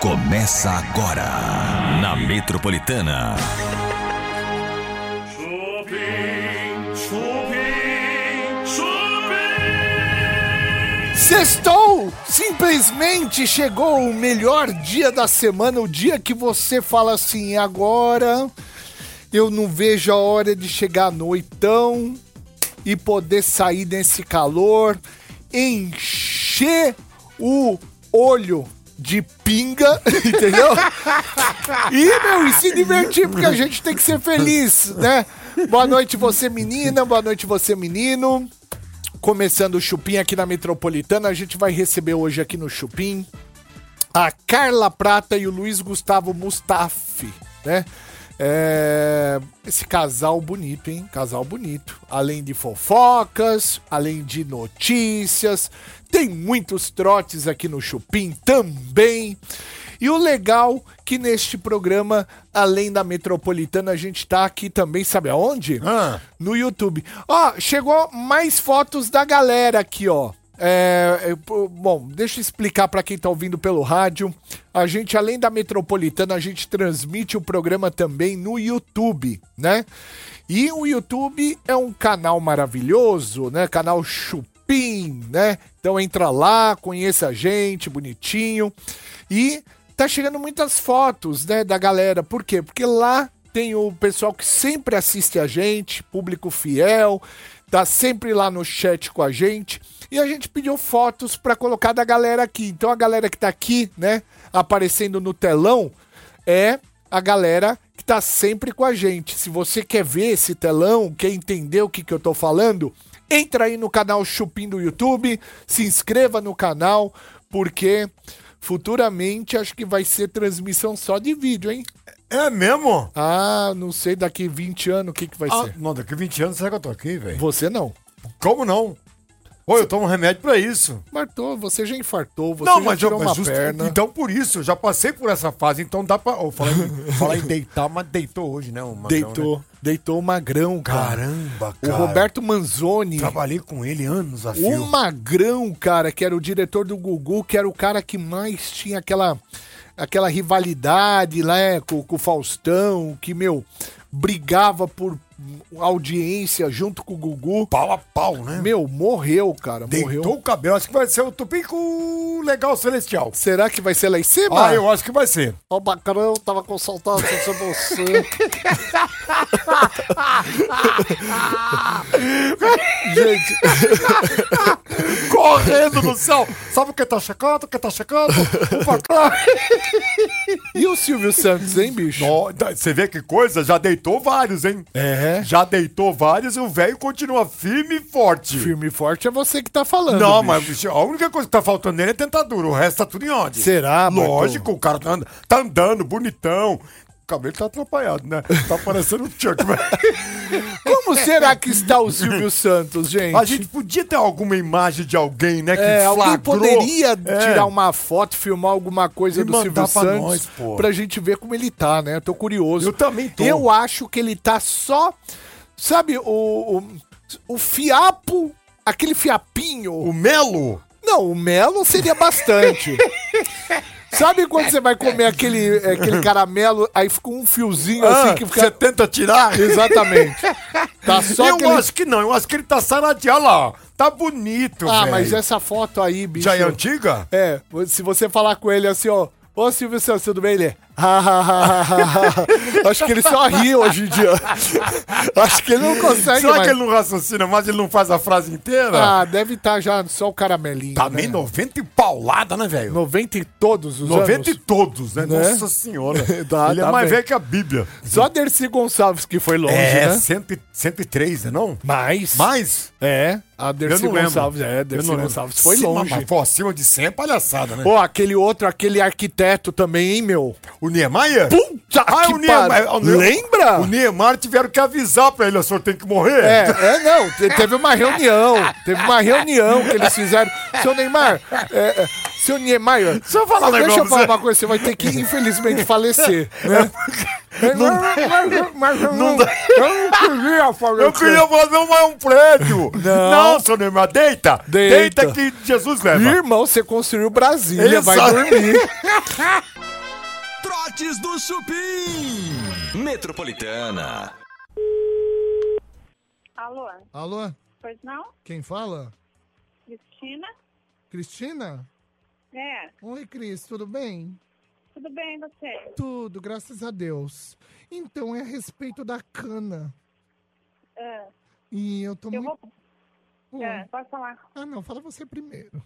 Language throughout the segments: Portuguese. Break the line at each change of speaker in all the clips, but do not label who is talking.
Começa agora na Metropolitana.
Chupim, chupim, chupim.
Sextou! Simplesmente chegou o melhor dia da semana, o dia que você fala assim, agora eu não vejo a hora de chegar à noitão e poder sair desse calor, encher o olho de pinga, entendeu? E, meu, e se divertir, porque a gente tem que ser feliz, né? Boa noite você menina, boa noite você menino. Começando o Chupim aqui na Metropolitana, a gente vai receber hoje aqui no Chupim a Carla Prata e o Luiz Gustavo Mustafi, né? É, Esse casal bonito, hein? Casal bonito. Além de fofocas, além de notícias, tem muitos trotes aqui no Chupim também. E o legal que neste programa, além da Metropolitana, a gente tá aqui também, sabe aonde? No YouTube. Ó, chegou mais fotos da galera aqui, ó. É, é, pô, bom, deixa eu explicar para quem tá ouvindo pelo rádio. A gente, além da Metropolitana, a gente transmite o programa também no YouTube, né? E o YouTube é um canal maravilhoso, né? Canal Chupim, né? Então entra lá, conheça a gente, bonitinho. E tá chegando muitas fotos, né, da galera. Por quê? Porque lá tem o pessoal que sempre assiste a gente, público fiel, tá sempre lá no chat com a gente. E a gente pediu fotos pra colocar da galera aqui. Então a galera que tá aqui, né, aparecendo no telão, é a galera que tá sempre com a gente. Se você quer ver esse telão, quer entender o que, que eu tô falando, entra aí no canal Chupim do YouTube, se inscreva no canal, porque futuramente acho que vai ser transmissão só de vídeo, hein?
É mesmo?
Ah, não sei daqui 20 anos o que, que vai
Ah,
ser.
não, daqui 20 anos será que eu tô aqui, velho?
Você não.
Como não? Ô, eu tomo remédio pra isso.
Martou, você já infartou, você
não,
já
mas eu
tirou
mas
uma
justo-
perna.
Então por isso, eu já passei por essa fase, então dá pra. Ô, falar, em, falar em deitar, mas deitou hoje, né? o Magrão, né? Ah,
deitou, deitou o magrão, cara.
Caramba,
o
cara.
Roberto Manzoni.
Trabalhei com ele anos a
O
fio.
Magrão, cara, que era o diretor do Gugu, que era o cara que mais tinha aquela aquela rivalidade lá né, com, com o Faustão, que, meu, brigava por audiência junto com o Gugu.
Pau a pau, né?
Meu, morreu, cara,
deitou
morreu.
o cabelo. Acho que vai ser o Tupico Legal Celestial.
Será que vai ser lá em cima?
Ah, eu acho que vai ser.
O Magrão tava consultando sobre você. Gente,
Correndo no céu! Sabe o que tá checando? O que tá checando? O facão.
e o Silvio Santos, hein, bicho?
Ó, da- tá, Você vê que coisa? Já deitou vários, hein?
É.
Já deitou vários e o velho continua firme e forte.
Firme e forte é você que tá falando.
Não,
bicho.
mas bicho, a única coisa que tá faltando nele é tentadura. O resto tá tudo em ordem.
Será, Marco?
Lógico, o cara tá andando, tá andando bonitão. O cabelo tá atrapalhado, né? Tá parecendo um Chuck.
Como será que está o Silvio Santos, gente?
a gente podia ter alguma imagem de alguém, né? Que
É, alguém
flagrou.
poderia
É.
tirar um uma foto, filmar alguma coisa
E
do
mandar
Silvio
pra
Santos
nós, pô.
pra gente ver como ele tá, né? Eu tô curioso.
Eu também tô.
Eu acho que ele tá só, sabe, o, o, o fiapo, aquele fiapinho.
O Melo?
Não, o melo seria bastante. sabe quando você vai comer aquele, aquele caramelo, aí fica um fiozinho assim
Ah,
que
Você
fica...
tenta tirar?
Exatamente. Tá só
eu
aquele...
acho que não, eu acho que ele tá saradeado lá, ó. Tá bonito,
Ah,
velho.
mas essa foto aí, bicho...
Já é antiga?
É, se você falar com ele assim, ó. Ô Silvio Santos, tudo bem? Ele é. "Ha, ha, ha, ha, ha, ha." Acho que ele só ri hoje em dia. Acho que ele não consegue.
Será
mais.
que ele não raciocina mais? Ele não faz a frase inteira?
Ah, deve estar já só o caramelinho.
tá meio
né?
90 e paulada, né, velho?
90 e todos os
90 e
anos.
todos, né?
Né?
Nossa senhora.
Tá,
ele
tá
é mais
bem.
velho que a Bíblia.
Só Dercy Gonçalves que foi longe,
É,
né?
cento e- 103, né não?
Mas.
Mais?
É, a Dercy
eu não lembro.
Gonçalves. É,
eu
Dercy
não lembro.
Gonçalves foi
Cima-
longe.
Mas, pô, acima de 100 é palhaçada, né?
Pô, aquele outro, aquele arquiteto também, hein, meu?
O Niemeyer?
Puta
Ah,
que
o Niemeyer.
pariu.
o Niemeyer-
Lembra?
O Niemeyer tiveram que avisar pra ele, o senhor tem que morrer.
É, é, não, te- teve uma reunião, teve uma reunião que eles fizeram. Seu Neymar, é, é, seu Neymar, deixa
Deixa eu falar um negócio
eu
pra
falar
você.
uma coisa, você vai ter que, infelizmente, falecer. Né? Não, mas eu não, eu não queria falar
Eu queria fazer um, um prédio.
Não.
Não, seu Neymar, deita.
Deita.
Deita. que Jesus leva.
Irmão, você construiu Brasília,
Ele
vai
sabe.
dormir.
Trotes do Chupim. Metropolitana.
Alô?
Alô?
Pois não?
Quem fala?
Cristina?
Cristina?
É,
Oi, Cris, tudo bem?
tudo bem e você?
Tudo, graças a Deus. Então é a respeito da cana.
Ah,
E eu tô
eu
muito.
vou.
Hum.
Oi.
ah, pode falar.
Ah, não, fala você primeiro.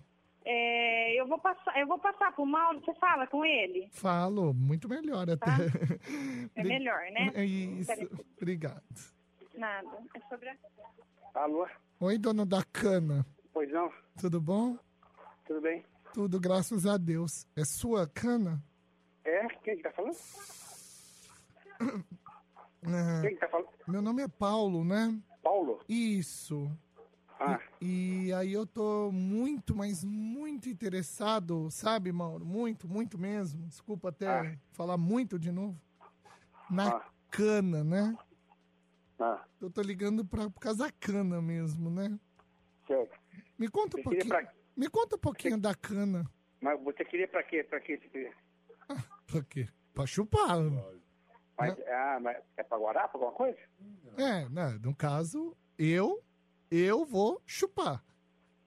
É, eu vou passar, eu vou passar pro Mauro, você fala com ele.
Falo, muito melhor até.
É melhor, né?
É isso.
Peraí.
Obrigado.
Nada. É sobre a...
Alô?
Oi, dono da cana.
Pois não?
Tudo bom?
Tudo bem?
Tudo, graças a Deus. É sua cana?
É? Quem que tá falando?
Ah,
Quem que tá falando?
meu nome é Paulo, né?
Paulo?
Isso.
Ah,
E aí eu tô muito, mas muito interessado, sabe, Mauro? Muito, muito mesmo. Desculpa até
Ah.
falar muito de novo. Na
Ah.
cana, né?
ah,
Eu tô ligando pra, por causa da cana mesmo, né?
certo.
Me conta um
Você queria
pouquinho.
pra-
Me conta um pouquinho da cana.
Mas você queria pra quê? Pra quê? Você queria?
Pra quê? Pra chupar.
Mas, ah, mas é pra guardar, pra alguma coisa?
É, né? No caso, eu, eu vou chupar.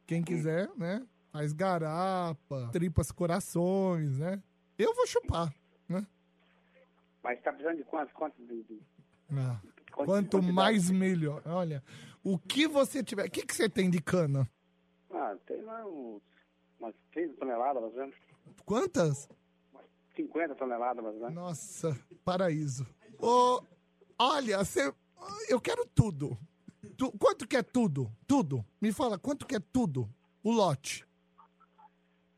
Quem quiser, né? Faz garapa, tripas corações, né? Eu vou chupar, né?
Mas tá precisando de quanto? Quanto de... de-
Ah,
Quanti-
quanto
quantidade?
mais melhor. Olha, o que você tiver. O que, que você tem de cana?
Ah, tem lá uns, umas 30 toneladas, mais ou menos.
Quantas?
Umas 50 toneladas, mais ou menos.
Nossa, paraíso. Ô, olha, você. Eu quero tudo. Tu- quanto que é tudo? Tudo. Me fala, quanto que é tudo? O lote.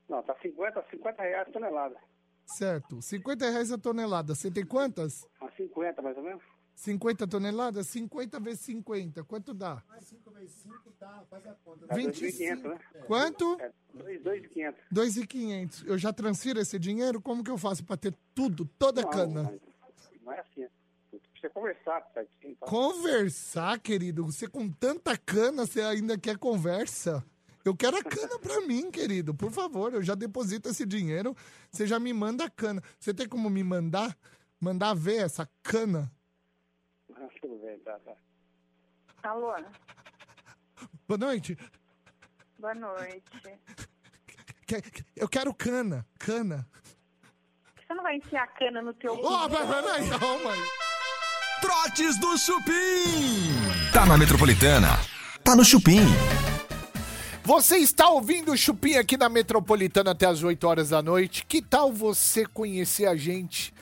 Não, tá 50, 50 reais a tonelada.
Certo. 50 reais a tonelada. Você tem quantas?
Umas 50, mais ou menos.
50 toneladas? 50 vezes 50. Quanto dá?
Dá
25.
2.500, né?
Quanto?
É, 2,500.
2,500. Eu já transfiro esse dinheiro? Como que eu faço pra ter tudo, toda a cana?
Não, não é assim. Precisa conversar, sabe? Então,
Conversar, querido? Você com tanta cana, você ainda quer conversa? Eu quero a cana pra mim, querido. Por favor, eu já deposito esse dinheiro. Você já me manda a cana. Você tem como me mandar? Mandar ver essa cana?
tudo bem, tá, tá.
Alô?
Boa noite.
Boa noite.
Que- que- Eu quero cana. Cana.
Você não vai enfiar a cana no teu cu?
Oh, peraí, peraí. calma aí.
Trotes do Chupim. Tá na Metropolitana. Tá no Chupim.
Você está ouvindo o Chupim aqui na Metropolitana até as 8 horas da noite. Que tal você conhecer a gente,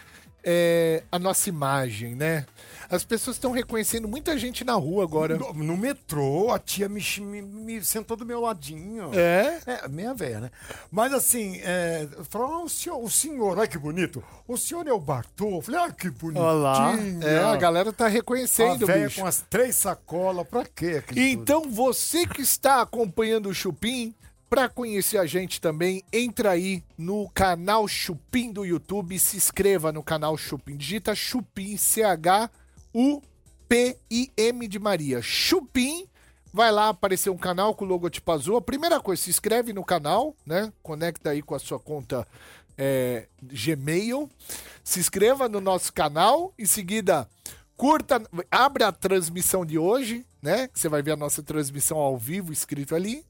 é, a nossa imagem, né? As pessoas estão reconhecendo muita gente na rua agora.
No, no metrô, a tia me, chi- me- me sentou do meu ladinho.
É?
É, meia velha, né? Mas assim, é, falou, ah, o senhor, o senhor, olha que bonito. O senhor é o Bartô? Eu falei, ah, que bonitinho. né?
É, a galera tá
A
reconhecendo,
velha
bicho.
com as três sacolas, pra quê? aquilo
Então você que está acompanhando o Chupim, para conhecer a gente também, entra aí no canal Chupim do YouTube, se inscreva no canal Chupim, digita Chupim C H U P I M de Maria. Chupim Vai lá aparecer um canal com o logotipo azul. A primeira coisa, se inscreve no canal, né? Conecta aí com a sua conta é, Gmail. Se inscreva no nosso canal. Em seguida, curta, abre a transmissão de hoje, né? Você vai ver a nossa transmissão ao vivo escrito ali.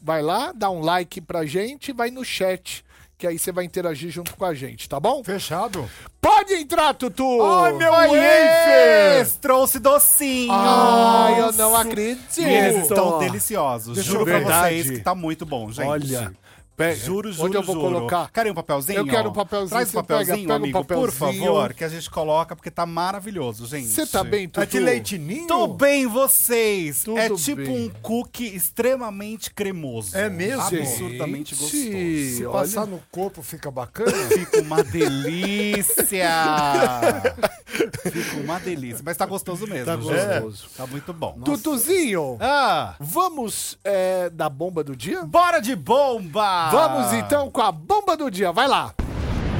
Vai lá, dá um like pra gente, e vai no chat, que aí você vai interagir junto com a gente, tá bom?
tudo. Fechado?
Pode entrar, Tutu!
Ai, meu
Oiê!
Ex trouxe docinho.
Ai, eu não acredito!
E eles estão deliciosos.
Deixa
juro
eu ver.
pra
Verdade.
vocês que tá muito bom, gente.
Olha. Pe-
Juro, juro,
Onde eu vou
juro.
colocar?
Querem um papelzinho?
Eu quero um papelzinho.
Traz
Você
um papelzinho,
pega- pega um
amigo, por
papelzinho.
favor, que a gente coloca, porque tá maravilhoso, gente.
Você tá bem, Tutu?
É de leitinho?
Tô bem, vocês.
Tudo
é tipo
bem.
um cookie extremamente cremoso.
É mesmo?
Absurdamente gostoso.
Se
Olha-
passar no corpo, fica bacana?
Fica uma delícia! Fica uma delícia. Mas tá gostoso mesmo,
Tá
gente.
gostoso.
Tá muito bom.
Tutuzinho,
Ah!
vamos é, da bomba do dia?
Bora de bomba!
Vamos então com a bomba do dia, vai lá.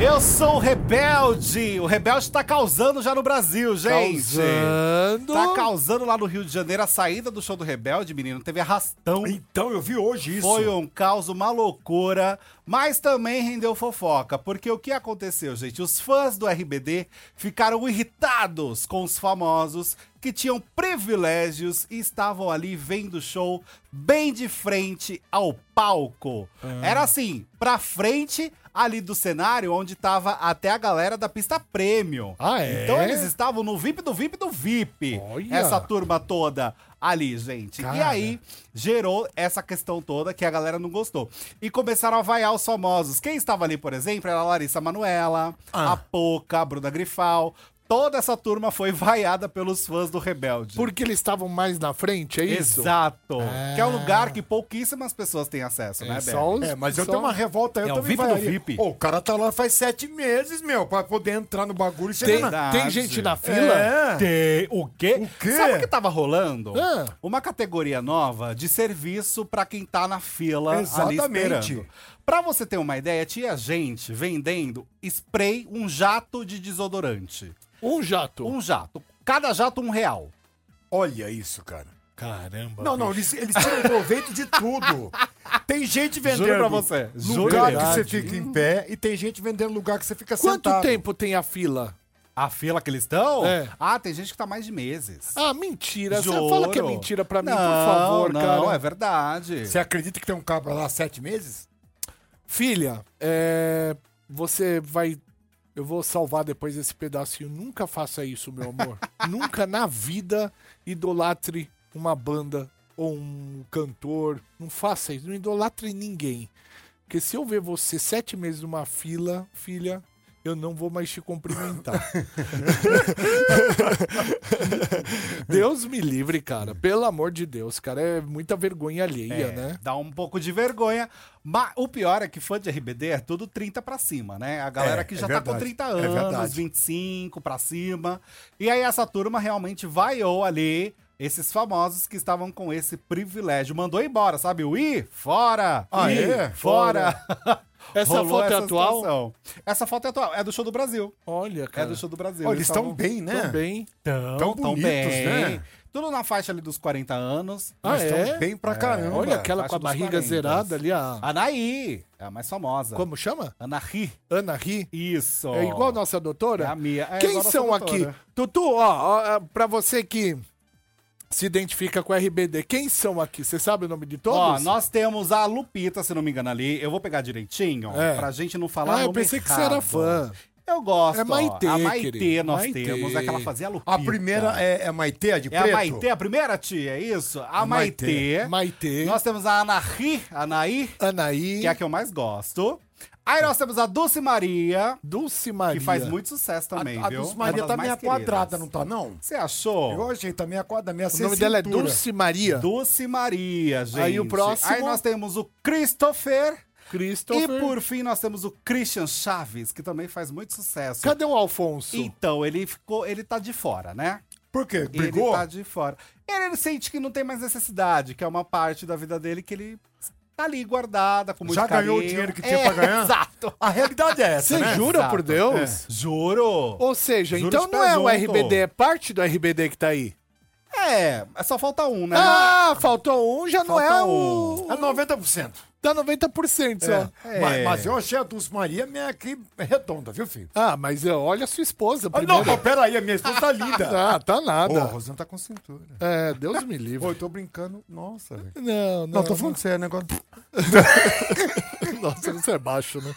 Eu sou o Rebelde. O Rebelde tá causando já no Brasil, gente.
Causando.
Tá causando lá no Rio de Janeiro a saída do show do Rebelde, menino. Teve arrastão.
Então, eu vi hoje isso.
Foi um caos, uma loucura, mas também rendeu fofoca, porque o que aconteceu, gente? Os fãs do RBD ficaram irritados com os famosos que tinham privilégios e estavam ali vendo o show bem de frente ao palco.
Ah.
Era assim, pra frente ali do cenário onde tava até a galera da pista premium.
Ah, é?
Então eles estavam no VIP do VIP do VIP.
Olha!
Essa turma toda ali, gente. E
Cara.
aí gerou essa questão toda que a galera não gostou. E começaram a vaiar os famosos. Quem estava ali, por exemplo, era a Larissa Manuela,
Ah.
a Poca, a Bruna Grifal. Toda essa turma foi vaiada pelos fãs do Rebelde.
Porque eles estavam mais na frente, é isso?
Exato. Que é um lugar que pouquíssimas pessoas têm acesso, né, Bel?
Só os-
É, mas eu
só-
tenho uma revolta. Eu
É, o
também
VIP do
vaiaria.
VIP.
Ô, o cara tá lá faz sete meses, meu, pra poder entrar no bagulho e
Tem,
chegar na...
tem gente na fila?
É.
Tem. O quê?
O quê?
Sabe o que tava rolando?
É.
Ah.
Uma categoria nova de serviço pra quem tá na fila
Exatamente.
ali esperando. Pra você ter uma ideia, tinha gente vendendo spray, um jato de desodorante.
Um jato.
Oh.
Um jato. Cada jato, um real.
Olha isso, cara.
Caramba.
Não, não, eles, eles tiram proveito de tudo. Ah, Tem gente vendendo
Juro pra você, juro.
lugar que
Verdade.
você fica em pé e tem gente vendendo lugar que você fica
Quanto
sentado.
tempo tem a fila?
A fila que eles estão?
É.
Ah, tem gente que tá mais de meses.
Ah, mentira. Você
Juro.
fala que é mentira pra mim,
Não,
por favor,
não,
cara.
é verdade.
Você acredita que tem um cabra lá há sete meses?
Filha, é, você vai. Eu vou salvar depois esse pedacinho. Nunca faça isso, meu amor. Nunca na vida idolatre uma banda ou um cantor. Não faça isso. Não idolatre ninguém. Porque se eu ver você sete meses numa fila, filha, eu não vou mais te cumprimentar. Deus me livre, cara. Pelo amor de Deus, cara. É muita vergonha alheia,
É,
né?
Dá um pouco de vergonha. Mas o pior é que fã de RBD é tudo 30 pra cima, né? A galera
É,
que
é
já tá com
verdade,
30
é
anos,
verdade.
25 pra cima. E aí essa turma realmente vaiou ali esses famosos que estavam com esse privilégio. Mandou embora, sabe? O I, fora!
Ah,
Ih,
é?
Fora!
Essa
Rolou
foto é
essa
atual?
situação. Essa foto é atual. É do show do Brasil.
Olha,
É
cara.
do show do Brasil.
Olha, eles estão
tavam-
bem, né?
Também.
Tão
tão
bonitos,
bem.
né?
Tudo na faixa ali dos 40 anos.
Ah,
Mas tão
é?
bem pra caramba.
Olha aquela
faixa
com a
dos
barriga
40.
zerada ali, a...
Anaí, é a mais famosa.
Como chama?
Anahi.
Ana Ri.
Isso.
É igual a nossa doutora?
É a minha. É
Quem
igual a nossa
são aqui?
doutora.
Tutu, ó, ó, pra você que se identifica com RBD, quem são aqui? Você sabe o nome de todos?
Ó, nós temos a Lupita, se não me engano, ali. Eu vou pegar direitinho,
É.
pra gente não falar
ah, eu
nome
pensei que você
errado.
era fã.
Eu gosto.
É Maitê,
ó. A Maitê
querido.
nós
Maitê.
temos. É que ela fazia a Lupita.
A primeira é, é Maitê, a de
É
preto?
a Maitê, a primeira tia, é isso? A,
A Maitê.
Maitê.
Maitê,
Nós temos a Anahi, Anaí,
Anaí,
que é a que eu mais gosto. Aí nós temos a Dulce Maria,
Dulce Maria.
que faz muito sucesso
A,
também,
a
viu?
dos
Uma
Maria
das
tá
mais
meia
queridas.
quadrada, não tá, não?
Você achou?
Eu achei, tá meia quadrada, meia
O nome dela é Dulce Maria.
Dulce Maria, gente.
Aí o próximo?
Aí nós temos o Christopher.
Christopher.
E por fim nós temos o Christian Chaves, que também faz muito sucesso.
Cadê o Alfonso?
Então, ele ficou. Ele tá de fora, né?
Por quê? Brigou?
Ele tá de fora. Ele, ele sente que não tem mais necessidade, que é uma parte da vida dele que ele tá ali guardada, com muito
Já ganhou o
carinho.
dinheiro que tinha
É,
pra ganhar?
Exato.
A realidade é essa,
Você
né? É.
jura por Deus?
Juro.
Ou seja,
Juro
então
de
não é o
presunto.
RBD, é parte do RBD que tá aí.
É, só falta um, né?
Ah, faltou um, já não é
Faltou
o.
É 90%.
Tá 90% só.
É.
Mas, mas eu achei a Dulce Maria meia aqui redonda, viu, filho?
Ah, mas ó, olha a sua esposa
Ah, não,
primeiro.
não, peraí, a minha esposa tá linda.
Ah, tá nada.
Ô, a Rosana tá com cintura.
É, Deus me livre.
Pô, eu tô brincando. Nossa, velho.
Não, não.
Não, tô falando sério, negócio.
não. Nossa, isso é baixo, né?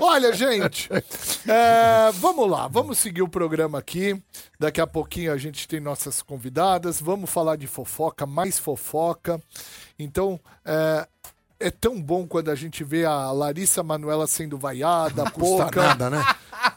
Olha, gente, é, vamos lá, vamos seguir o programa aqui. Daqui a pouquinho a gente tem nossas convidadas. Vamos falar de fofoca, mais fofoca. Então, é, é tão bom quando a gente vê a Larissa Manuela sendo vaiada, a
Custa
pouca. É,
nada, né?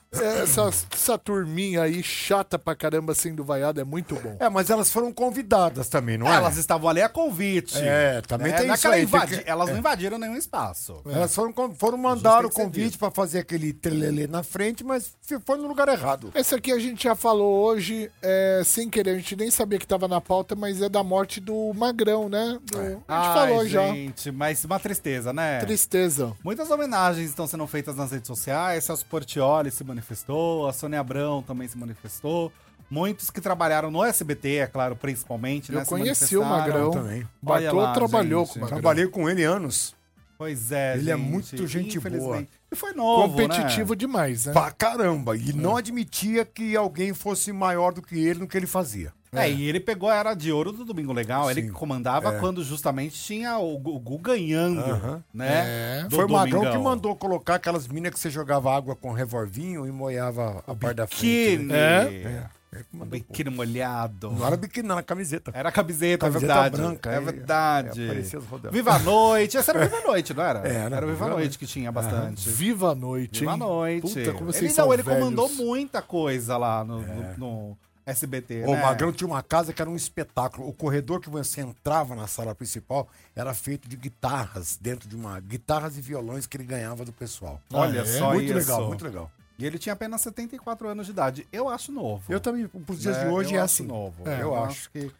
essa, essa turminha aí chata pra caramba sendo vaiada é muito bom.
É, mas elas foram convidadas também, não é?
Elas estavam ali a convite. Né?
É, também tem isso
naquela
aí, é. tem
invadi-
que-
Elas não invadiram nenhum espaço.
Elas foram, con- foram mandar
tem
o
que ser
convite
dito.
pra fazer aquele trelelê na frente, mas f- foi no lugar errado.
Esse aqui a gente já falou hoje, é, sem querer, a gente nem sabia que tava na pauta, mas é da morte do Magrão, né? Do- A gente
Ah,
falou
Ai,
já.
gente, mas uma tristeza, né?
Tristeza.
Muitas homenagens estão sendo feitas nas redes sociais. Celso Portioli se manifestou, a Sônia Abrão também se manifestou. Muitos que trabalharam no SBT, é claro, principalmente,
Eu
né? se
conheci o
manifestaram.
Magrão.
também.
Olha
Batô
lá,
trabalhou
gente.
com o Magrão.
Trabalhei com ele anos.
Pois é,
Ele é muito gente boa.
infelizmente. E foi novo,
Competitivo
né?
demais, né?
Pra caramba. E não admitia que alguém fosse maior do que ele no que ele fazia.
É, e ele pegou a era de ouro do Domingo Legal. ele
Sim,
comandava quando justamente tinha o Gugu ganhando, né? do
Foi o Magrão
Domingão.
que mandou colocar aqulas minas que você jogava água com revolvinho e moiava a parte da frente.
Biquíni.
né?
É.
É que mandou.
Biquíni molhado.
Não era biquíni, era camiseta.
Era a camiseta,
Camiseta
é verdade.
branca,
é
aí,
verdade.
aí aparecia os rodelas.
Viva a Noite. Essa era o Viva a Noite, não era?
Era,
Era o Viva a
Viva a
Noite que tinha bastante.
Viva a noite,
Viva a
hein?
Noite.
Puta, como vocês
ele,
são
não, ele
velhos.
comandou muita coisa lá no, no- no SBT,
O
né?
Magrão tinha uma casa que era um espetáculo. O corredor que você entrava na sala principal era feito de guitarras, dentro de uma. guitarras e violões que ele ganhava do pessoal.
Ah,
É?
Olha só
muito
isso.
legal, muito legal.
E ele tinha apenas 74 anos de idade. Eu acho novo.
Eu também, pros dias
né?
de hoje é
Eu acho
assim.
novo.
É, eu acho.
que...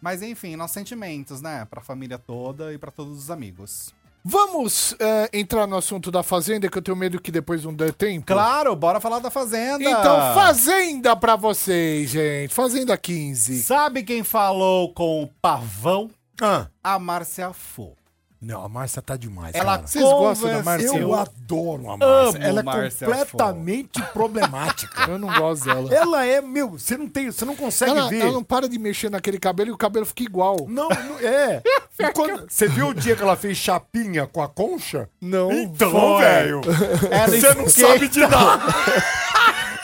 Mas enfim, nossos sentimentos, né? Pra família toda e pra todos os amigos.
Vamos eh, entrar no assunto da Fazenda, que eu tenho medo que depois não dê tempo.
Claro, bora falar da Fazenda!
Então, Fazenda pra vocês, gente. Fazenda 15.
Sabe quem falou com o Pavão?
Ah,
A Márcia Fu.
não, a Márcia tá demais.
Ela
cara.
Vocês gostam da
convenceu-
Márcia?
Eu adoro a Márcia.
Amo
Ela é
Márcia
completamente problemática.
Eu não gosto dela.
Ela é, meu, você não tem, você não consegue
Ela,
ver.
ela não para de mexer naquele cabelo e o cabelo fica igual.
Não, não- é. E quando- você viu o dia que ela fez chapinha com a concha?
Não.
Então, velho. Você não sabe de nada.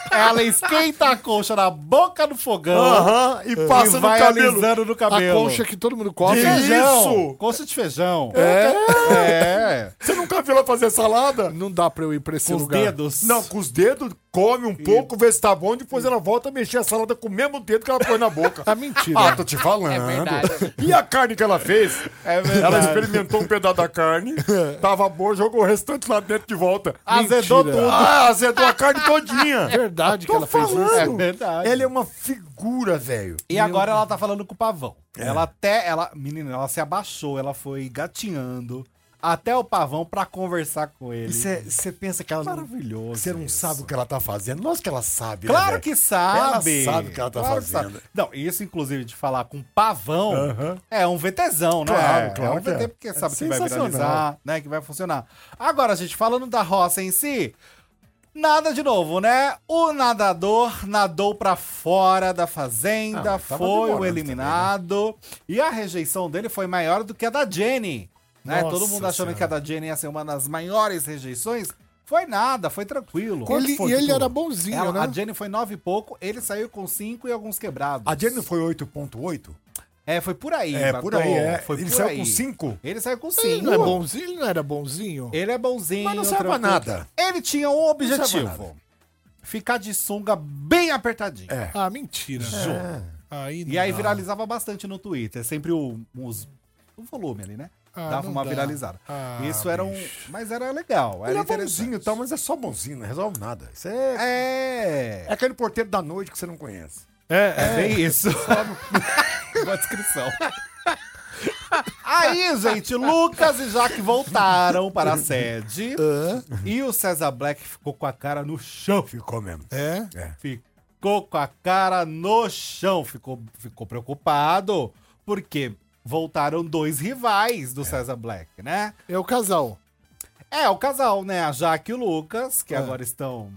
Ela esquenta a concha na boca do fogão.
Aham, e passa
e
no
vai
cabelo.
alisando no
A
cabelo.
concha que todo mundo come. né?
Sim.
Feijão.
Isso!
Concha de feijão.
É. Você nunca viu ela fazer salada?
Não dá pra eu ir pra esse
Com os
lugar.
dedos.
Não, com os dedos, come um pouco, vê se tá bom, depois ela volta a mexer a salada com o mesmo dedo que ela põe na boca.
Ah, mentira.
Ah, tô te falando. E a carne que ela fez?
É verdade.
Ela experimentou um pedaço da carne, tava boa, jogou o restante lá dentro de volta.
Azedou
Mentira.
tudo.
Ah, azedou a carne todinha.
É verdade que ela fez isso.
É verdade.
Ela é uma figura, velho.
E agora ela tá falando com o pavão.
É.
Ela até. Ela, menina, ela se abaixou, ela foi gatinhando até o pavão pra conversar com ele.
Você pensa que ela
Maravilhoso
Você não
isso.
sabe o que ela tá fazendo? Lógico que ela sabe. né,
Claro
velho?
que sabe.
Ela sabe o que ela tá
Claro que
fazendo.
sabe. Não, isso, inclusive, de falar com pavão é um VTzão, né?
Claro,
É,
claro
É um VT
que é.
porque sabe
É
que vai
sensacional.
viralizar, né? Que vai funcionar. Agora, gente, falando da roça em si. Nada de novo, né? O nadador nadou pra fora da fazenda,
Ah, tava
foi o
demorando
eliminado. E a rejeição dele foi maior do que a da Jenny. Né?
Nossa
Todo mundo achando que a da Jenny ia ser uma das maiores rejeições. Foi nada, foi tranquilo.
Ele-
foi
e
que
ele
tu-
era bonzinho,
Ela-
né?
A Jenny foi nove e pouco, ele saiu com cinco e alguns quebrados.
A Jenny foi 8.8?
É, foi por aí.
É,
Bartô,
por aí, é.
Foi
Ele
por
saiu
aí.
com 5?
Ele saiu com
Ele
cinco.
não, é bonzinho, ele não era bonzinho?
Ele é bonzinho.
Mas não serve pra
tranquilo.
nada.
Ele tinha um
serve pra
objetivo. Ficar de sunga bem apertadinho.
É.
Ah, mentira. É. Aí
E aí
não.
viralizava bastante no Twitter. Sempre o, os, o volume ali, né?
Ah,
Dava
não
uma
dá.
viralizada.
Ah,
Isso era um... Mas era legal. Era
Ele é
interessante.
bonzinho e tal, mas é só bonzinho, não resolve nada. Isso é...
É...
é aquele porteiro da noite que você não conhece.
É bem isso. Boa descrição. Aí, gente, Lucas e Jaque voltaram para a sede. E o César Black ficou com a cara no chão.
Ficou mesmo.
É?
Ficou com a cara no chão. Ficou, ficou preocupado, porque voltaram dois rivais do César Black, né?
É o casal.
É, o casal, né? A Jaque e o Lucas, que agora estão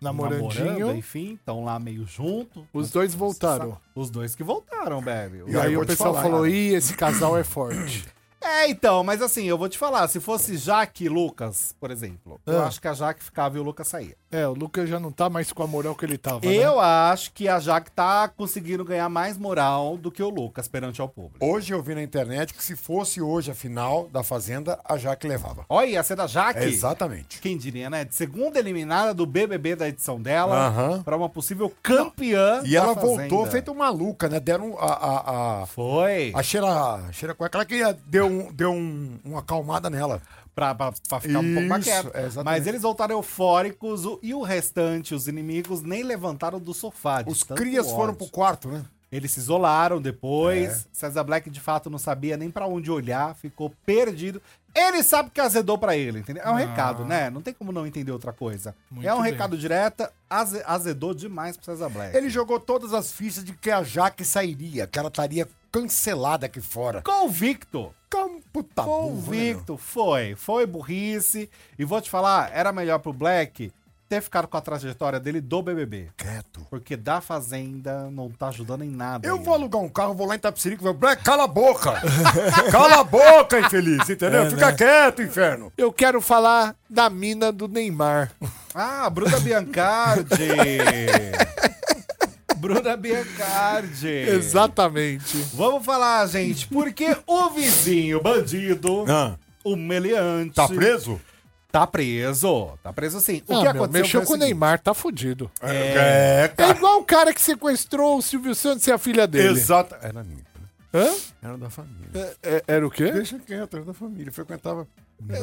namorando,
Namorandinho.
enfim, estão lá meio junto.
Os dois voltaram.
Os dois que voltaram, Bebe.
E
E aí
eu
o
vou te
pessoal
falar,
falou:
cara.
ih, esse casal é forte.
É, então, mas assim, eu vou te falar, se fosse Jaque e Lucas, por exemplo, eu
Ah.
acho que a Jaque ficava e o Lucas saía.
É, o Lucas já não tá mais com a moral que ele tava, né?
Eu acho que a Jaque tá conseguindo ganhar mais moral do que o Lucas perante ao público.
Hoje eu vi na internet que se fosse hoje a final da Fazenda, a Jaque levava.
Olha, ia ser da Jaque.
É,
Exatamente.
Quem diria, né? De segunda eliminada do BBB da edição dela
Aham.
pra uma possível campeã.
E
da
ela
Fazenda.
voltou feita maluca, né? Deram a... a, a...
Foi.
A cheira, a cheira cueca, ela que deu, um, deu um- uma acalmada nela.
Pra, pra- pra ficar um pouco mais
Isso,
quieto.
é, exatamente.
Mas eles voltaram eufóricos o- e o restante, os inimigos, nem levantaram do sofá. de
Os
tanto
crias foram
ódio.
pro É. quarto, né?
Eles se isolaram depois. César Black, de fato, não sabia nem pra onde olhar, ficou perdido. Ele sabe que azedou pra ele, entendeu?
Ah.
É um recado, né? Não tem como não entender outra coisa.
Muito
é um
bem.
recado direto, aze- azedou demais pro César Black.
Ele jogou todas as fichas de que a Jaque sairia, que ela estaria cancelada aqui fora.
Convicto!
Com- Puta
Tá
burra, né,
Convicto, foi. Foi burrice. E vou te falar, era melhor pro Black ter ficado com a trajetória dele do BBB.
meu? Quieto.
Porque da Fazenda não tá ajudando em nada.
Eu
ainda.
vou alugar um carro, vou lá em Tapsirica e vou... Black, cala a boca! cala a boca, infeliz, entendeu? Fica quieto, inferno!
Eu quero falar da mina do Neymar.
Ah, Bruna Biancardi! Bruna Biancardi!
É. Exatamente.
Vamos falar, gente, porque o vizinho bandido,
Ah.
o meliante,
Tá preso?
tá preso. Tá preso sim. O
Ah,
que
meu,
aconteceu
mexeu
foi
com o
seguinte.
Neymar, tá fudido.
É,
É igual o cara que sequestrou o Silvio Santos e a filha dele.
Exato. Era minha, né?
Hã?
era da família.
É- é- era o quê?
Deixa quieto, era da família, frequentava...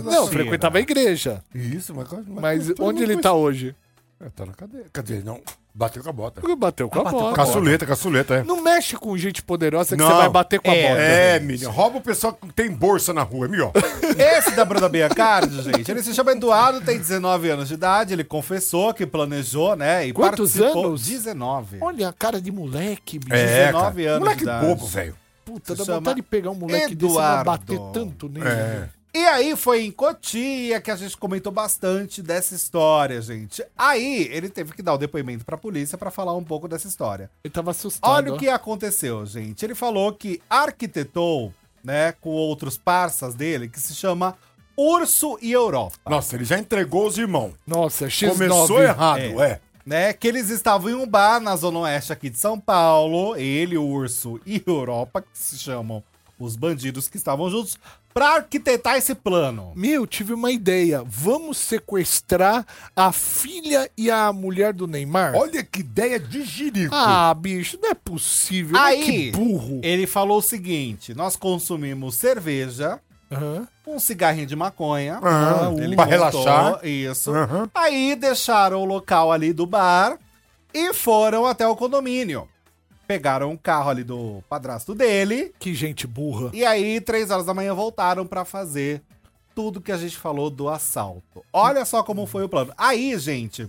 Não, frequentava a igreja.
Isso, mas...
Mas
todo
onde
mundo
ele tá hoje?
É, tá na cadeia. Quer dizer, não. Bateu com a bota.
Ah, Bateu com a bola.
Caçuleta, caçuleta, é.
Não mexe com gente poderosa que
Não.
você vai bater com a
É,
bola.
É, Miriam. Rouba o pessoal que tem bolsa na rua, é melhor.
Esse da Bruna Biancardi, gente, ele se chama Eduardo, tem 19 anos de idade, ele confessou que planejou, né? E
Quantos
participou
anos?
19.
Olha a cara de moleque, bicho.
É,
19 anos
Moleque
de idade.
bobo, velho.
Puta,
se
dá
chama
vontade de pegar um moleque
é Eduardo.
desse e bater tanto nele.
É.
E aí foi em Cotia que a gente comentou bastante dessa história, gente. Aí ele teve que dar o depoimento pra polícia pra falar um pouco dessa história.
Ele tava assustado.
Olha
ó.
o que aconteceu, gente. Ele falou que arquitetou, né, com outros parças dele, que se chama Urso e Europa.
Nossa, ele já entregou os irmãos.
Nossa, X9.
Começou errado, é.
né? Que eles estavam em um bar na Zona Oeste aqui de São Paulo. Ele, o Urso e Europa, que se chamam os bandidos que estavam juntos, pra arquitetar esse plano.
Meu, tive uma ideia. Vamos sequestrar a filha e a mulher do Neymar?
Olha que ideia de jirico.
Ah, bicho, não é possível. Olha
Aí,
que burro.
ele falou o seguinte: nós consumimos cerveja,
Aham.
um cigarrinho de maconha.
Aham,
ele
Ah, pra
contou,
relaxar.
Isso.
Aham.
Aí deixaram o local ali do bar e foram até o condomínio. Pegaram um carro ali do padrasto dele.
Que gente burra.
E aí, três horas da manhã, voltaram pra fazer tudo que a gente falou do assalto. Olha só como foi o plano. Aí, gente,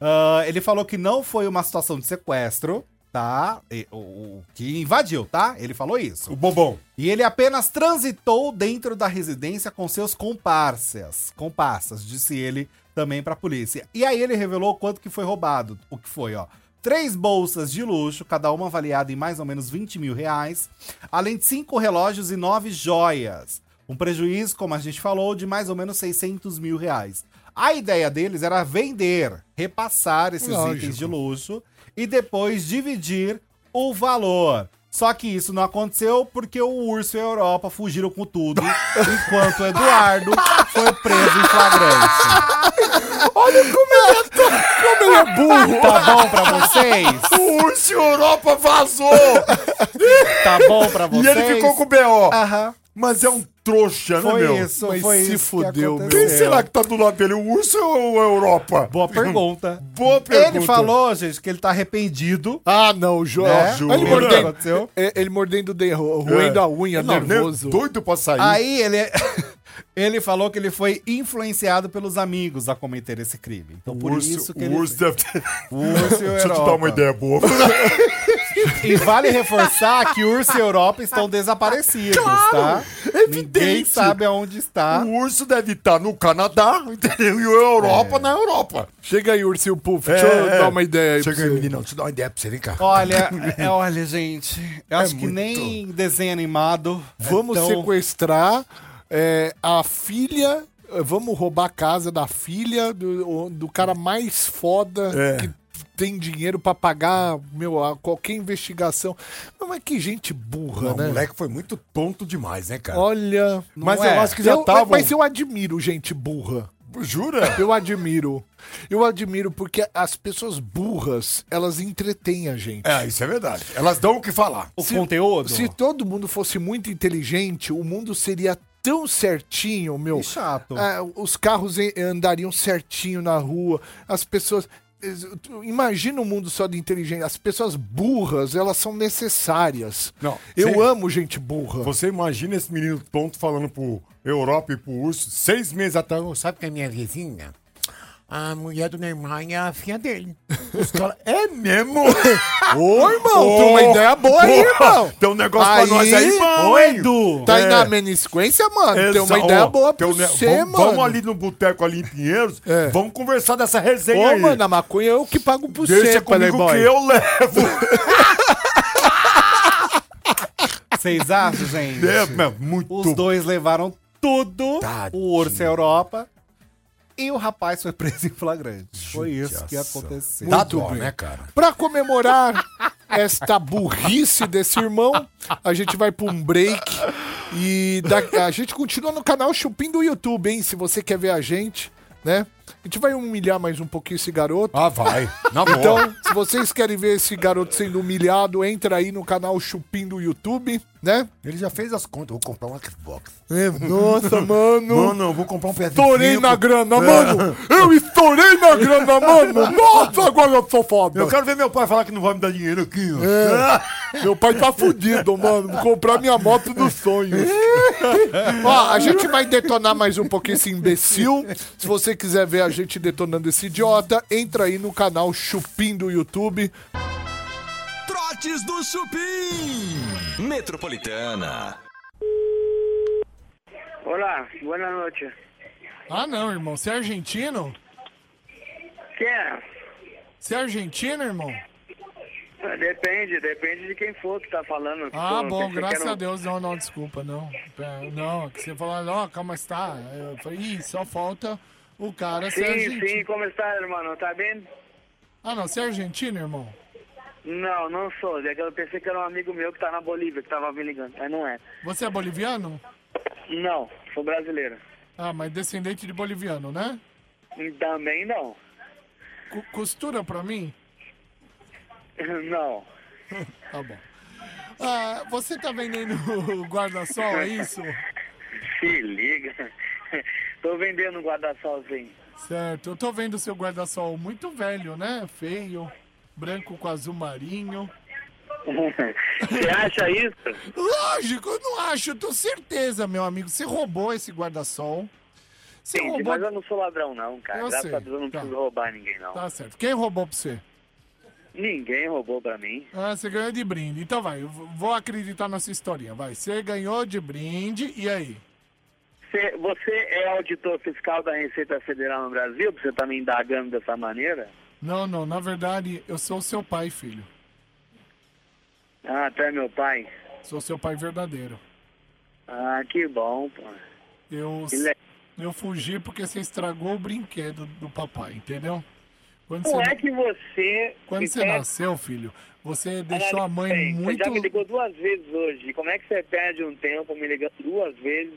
ah, ele falou que não foi uma situação de sequestro, tá? E- o, o que invadiu, tá? Ele falou isso.
O bobão.
E ele apenas transitou dentro da residência com seus comparsas. Comparsas, disse ele também pra polícia. E aí ele revelou quanto que foi roubado. O que foi, ó. Três bolsas de luxo, cada uma avaliada em mais ou menos 20 mil reais, além de cinco relógios e nove joias. Um prejuízo, como a gente falou, de mais ou menos 600 mil reais. A ideia deles era vender, repassar esses itens de luxo e depois dividir o valor. Só que isso não aconteceu porque o Urso e a Europa fugiram com tudo, enquanto o Eduardo foi preso em flagrante.
Como ele é burro.
Tá bom pra vocês?
O urso Europa vazou!
Tá bom pra vocês?
e ele ficou com o B.O.
Aham.
Mas é um trouxa, né,
Ah. Foi
meu?
isso,
mas
foi
se
isso. que
fudeu, meu.
aconteceu.
Quem será que tá do lado dele, o urso ou a Europa?
Boa pergunta.
Boa pergunta.
Ele falou, gente, que ele tá arrependido.
Ah, não, João.
Né?
Ju-
Ele
Ju-
mordendo,
Aconteceu.
é, ele mordendo o dedo, roendo a unha,
É. Não, né,
nervoso.
Doido pra sair.
Aí ele, ele falou que ele foi influenciado pelos amigos a cometer esse crime. Então
o
por
urso,
isso que
o
ele.
urso deve ter...
O urso
Deixa
e o
eu te dar
Europa.
uma ideia boa.
E vale reforçar que Urso e Europa estão desaparecidos, tá? Ninguém
Evidente. Um
sabe aonde está.
O urso deve estar no Canadá, entendeu? E a
É.
Europa na Europa.
Chega aí, ursinho Puff, deixa eu
É, é.
dar uma ideia aí.
Chega
pra
aí,
você.
menino, deixa eu dar uma ideia pra você, vem cá.
Olha, é, olha, gente, eu acho que
muito.
nem desenho animado.
Vamos
então,
sequestrar é, a filha. é, Vamos roubar a casa da filha do, o- do cara mais foda
É.
que tem dinheiro pra pagar meu, a qualquer investigação. Não, Mas que gente burra,
Não,
né?
O moleque foi muito tonto demais, né, cara?
Olha.
não
mas eu
é.
acho que já
eu,
tava.
Mas eu admiro gente burra.
Jura?
Eu admiro. Eu admiro porque as pessoas burras, elas entretêm a gente.
É, isso é verdade. Elas dão o que falar.
o conteúdo.
Se todo mundo fosse muito inteligente, o mundo seria tão certinho, meu.
Que chato.
Ah, os carros e- andariam certinho na rua, as pessoas. es- tu- Imagina um mundo só de inteligência. As pessoas burras, elas são necessárias.
Não,
Eu
sim.
amo gente burra.
Você imagina esse menino tonto falando pro Europa e pro urso seis meses atrás. "Ô, Sabe que é minha vizinha? A mulher do Neymar é a filha dele. Os caras. É mesmo? Ô,
irmão, tem uma ideia boa aí, irmão.
Oh, Tem um negócio
Aí-
pra nós aí, irmão.
Ô,
hein?
Edu!
Tá
É.
indo na menisquência, mano? Tem uma
Exa-
ideia
ó,
boa pra
tem um ne-
você,
vamos,
mano.
Vamos ali no boteco ali em Pinheiros,
É.
vamos conversar dessa resenha
Ô,
aí.
mano, um a maconha eu que pago por
Deixa
você,
comigo
Playboy.
que eu levo.
Vocês acham, gente?
É, mas muito
Os dois levaram tudo.
Tadinho.
O urso à Europa. E o rapaz foi preso em flagrante. Foi isso
Judiação.
que aconteceu.
Dá
Muito
dó,
bem.
né, cara?
Pra comemorar esta burrice desse irmão, a gente vai pra um break. E da- a gente continua no canal Chupim do YouTube, hein? Se você quer ver a gente, né? A gente vai humilhar mais um pouquinho esse garoto.
Ah, vai. Na boa.
Então, se vocês querem ver esse garoto sendo humilhado, entra aí no canal Chupim do YouTube, né?
Ele já fez as contas. Vou comprar um Xbox.
Nossa, mano.
Mano, eu vou comprar um PS5.
Estourei na grana, mano! Eu estourei na grana, mano! Nossa, agora eu sou foda!
Eu quero ver meu pai falar que não vai me dar dinheiro aqui. ó. É.
Meu pai tá fudido, mano. Vou comprar minha moto dos sonhos. Ó, a gente vai detonar mais um pouquinho esse imbecil. Se você quiser ver a gente detonando esse idiota, entra aí no canal Chupim do YouTube.
Trotes do Chupim. Metropolitana.
Olá, buenas noches.
Ah, não, irmão. Você é argentino?
Quem é?
Você é argentino, irmão?
Ah, Depende, depende de quem for que tá falando.
Ah,
Pô,
bom,
pensei que
graças
era um-
a Deus. Não, não, desculpa, não. Pera, Não, é que você falou, não, calma, está. Eu falei, Ih, só falta o cara ser
Sim,
argentino.
sim, como está, irmão? Tá bem?
Ah, não, você é argentino, irmão?
Não, não sou. É que Eu pensei que era um amigo meu que tá na Bolívia, que tava me ligando, mas não é.
Você é boliviano?
Não, sou brasileiro.
Ah, mas descendente de boliviano, né?
Também não.
Cu- costura pra mim?
Não.
Tá bom. Ah, você tá vendendo o guarda-sol, é isso?
Se liga. Tô vendendo um guarda-solzinho.
Certo. Eu tô vendo o seu guarda-sol muito velho, né? Feio, branco com azul marinho.
Você acha isso?
Lógico, eu não acho, eu tenho certeza, meu amigo. Você roubou esse guarda-sol. Você
Entendi,
roubou.
mas eu não sou ladrão, não, cara.
Eu
Graças
sei.
a Deus eu não
Tá.
preciso roubar ninguém, não.
Tá certo. Quem roubou pra você?
Ninguém roubou pra mim.
Ah, você ganhou de brinde. Então vai, eu v- vou acreditar nessa historinha. Vai, você ganhou de brinde, e aí?
Você, você é auditor fiscal da Receita Federal no Brasil? Pra você tá me indagando dessa maneira?
Não, não, na verdade, eu sou seu pai, filho.
Ah, até meu pai.
Sou seu pai verdadeiro.
Ah, que bom, pô.
Eu,
Ele é-
eu fugi porque você estragou o brinquedo do papai, entendeu? Quando
Como é
você,
que você...
quando
me
você
pega-
nasceu, filho, você
Caralho,
deixou a mãe
bem, É Você
muito.
já me ligou duas vezes hoje. Como é que você perde um tempo me ligando duas vezes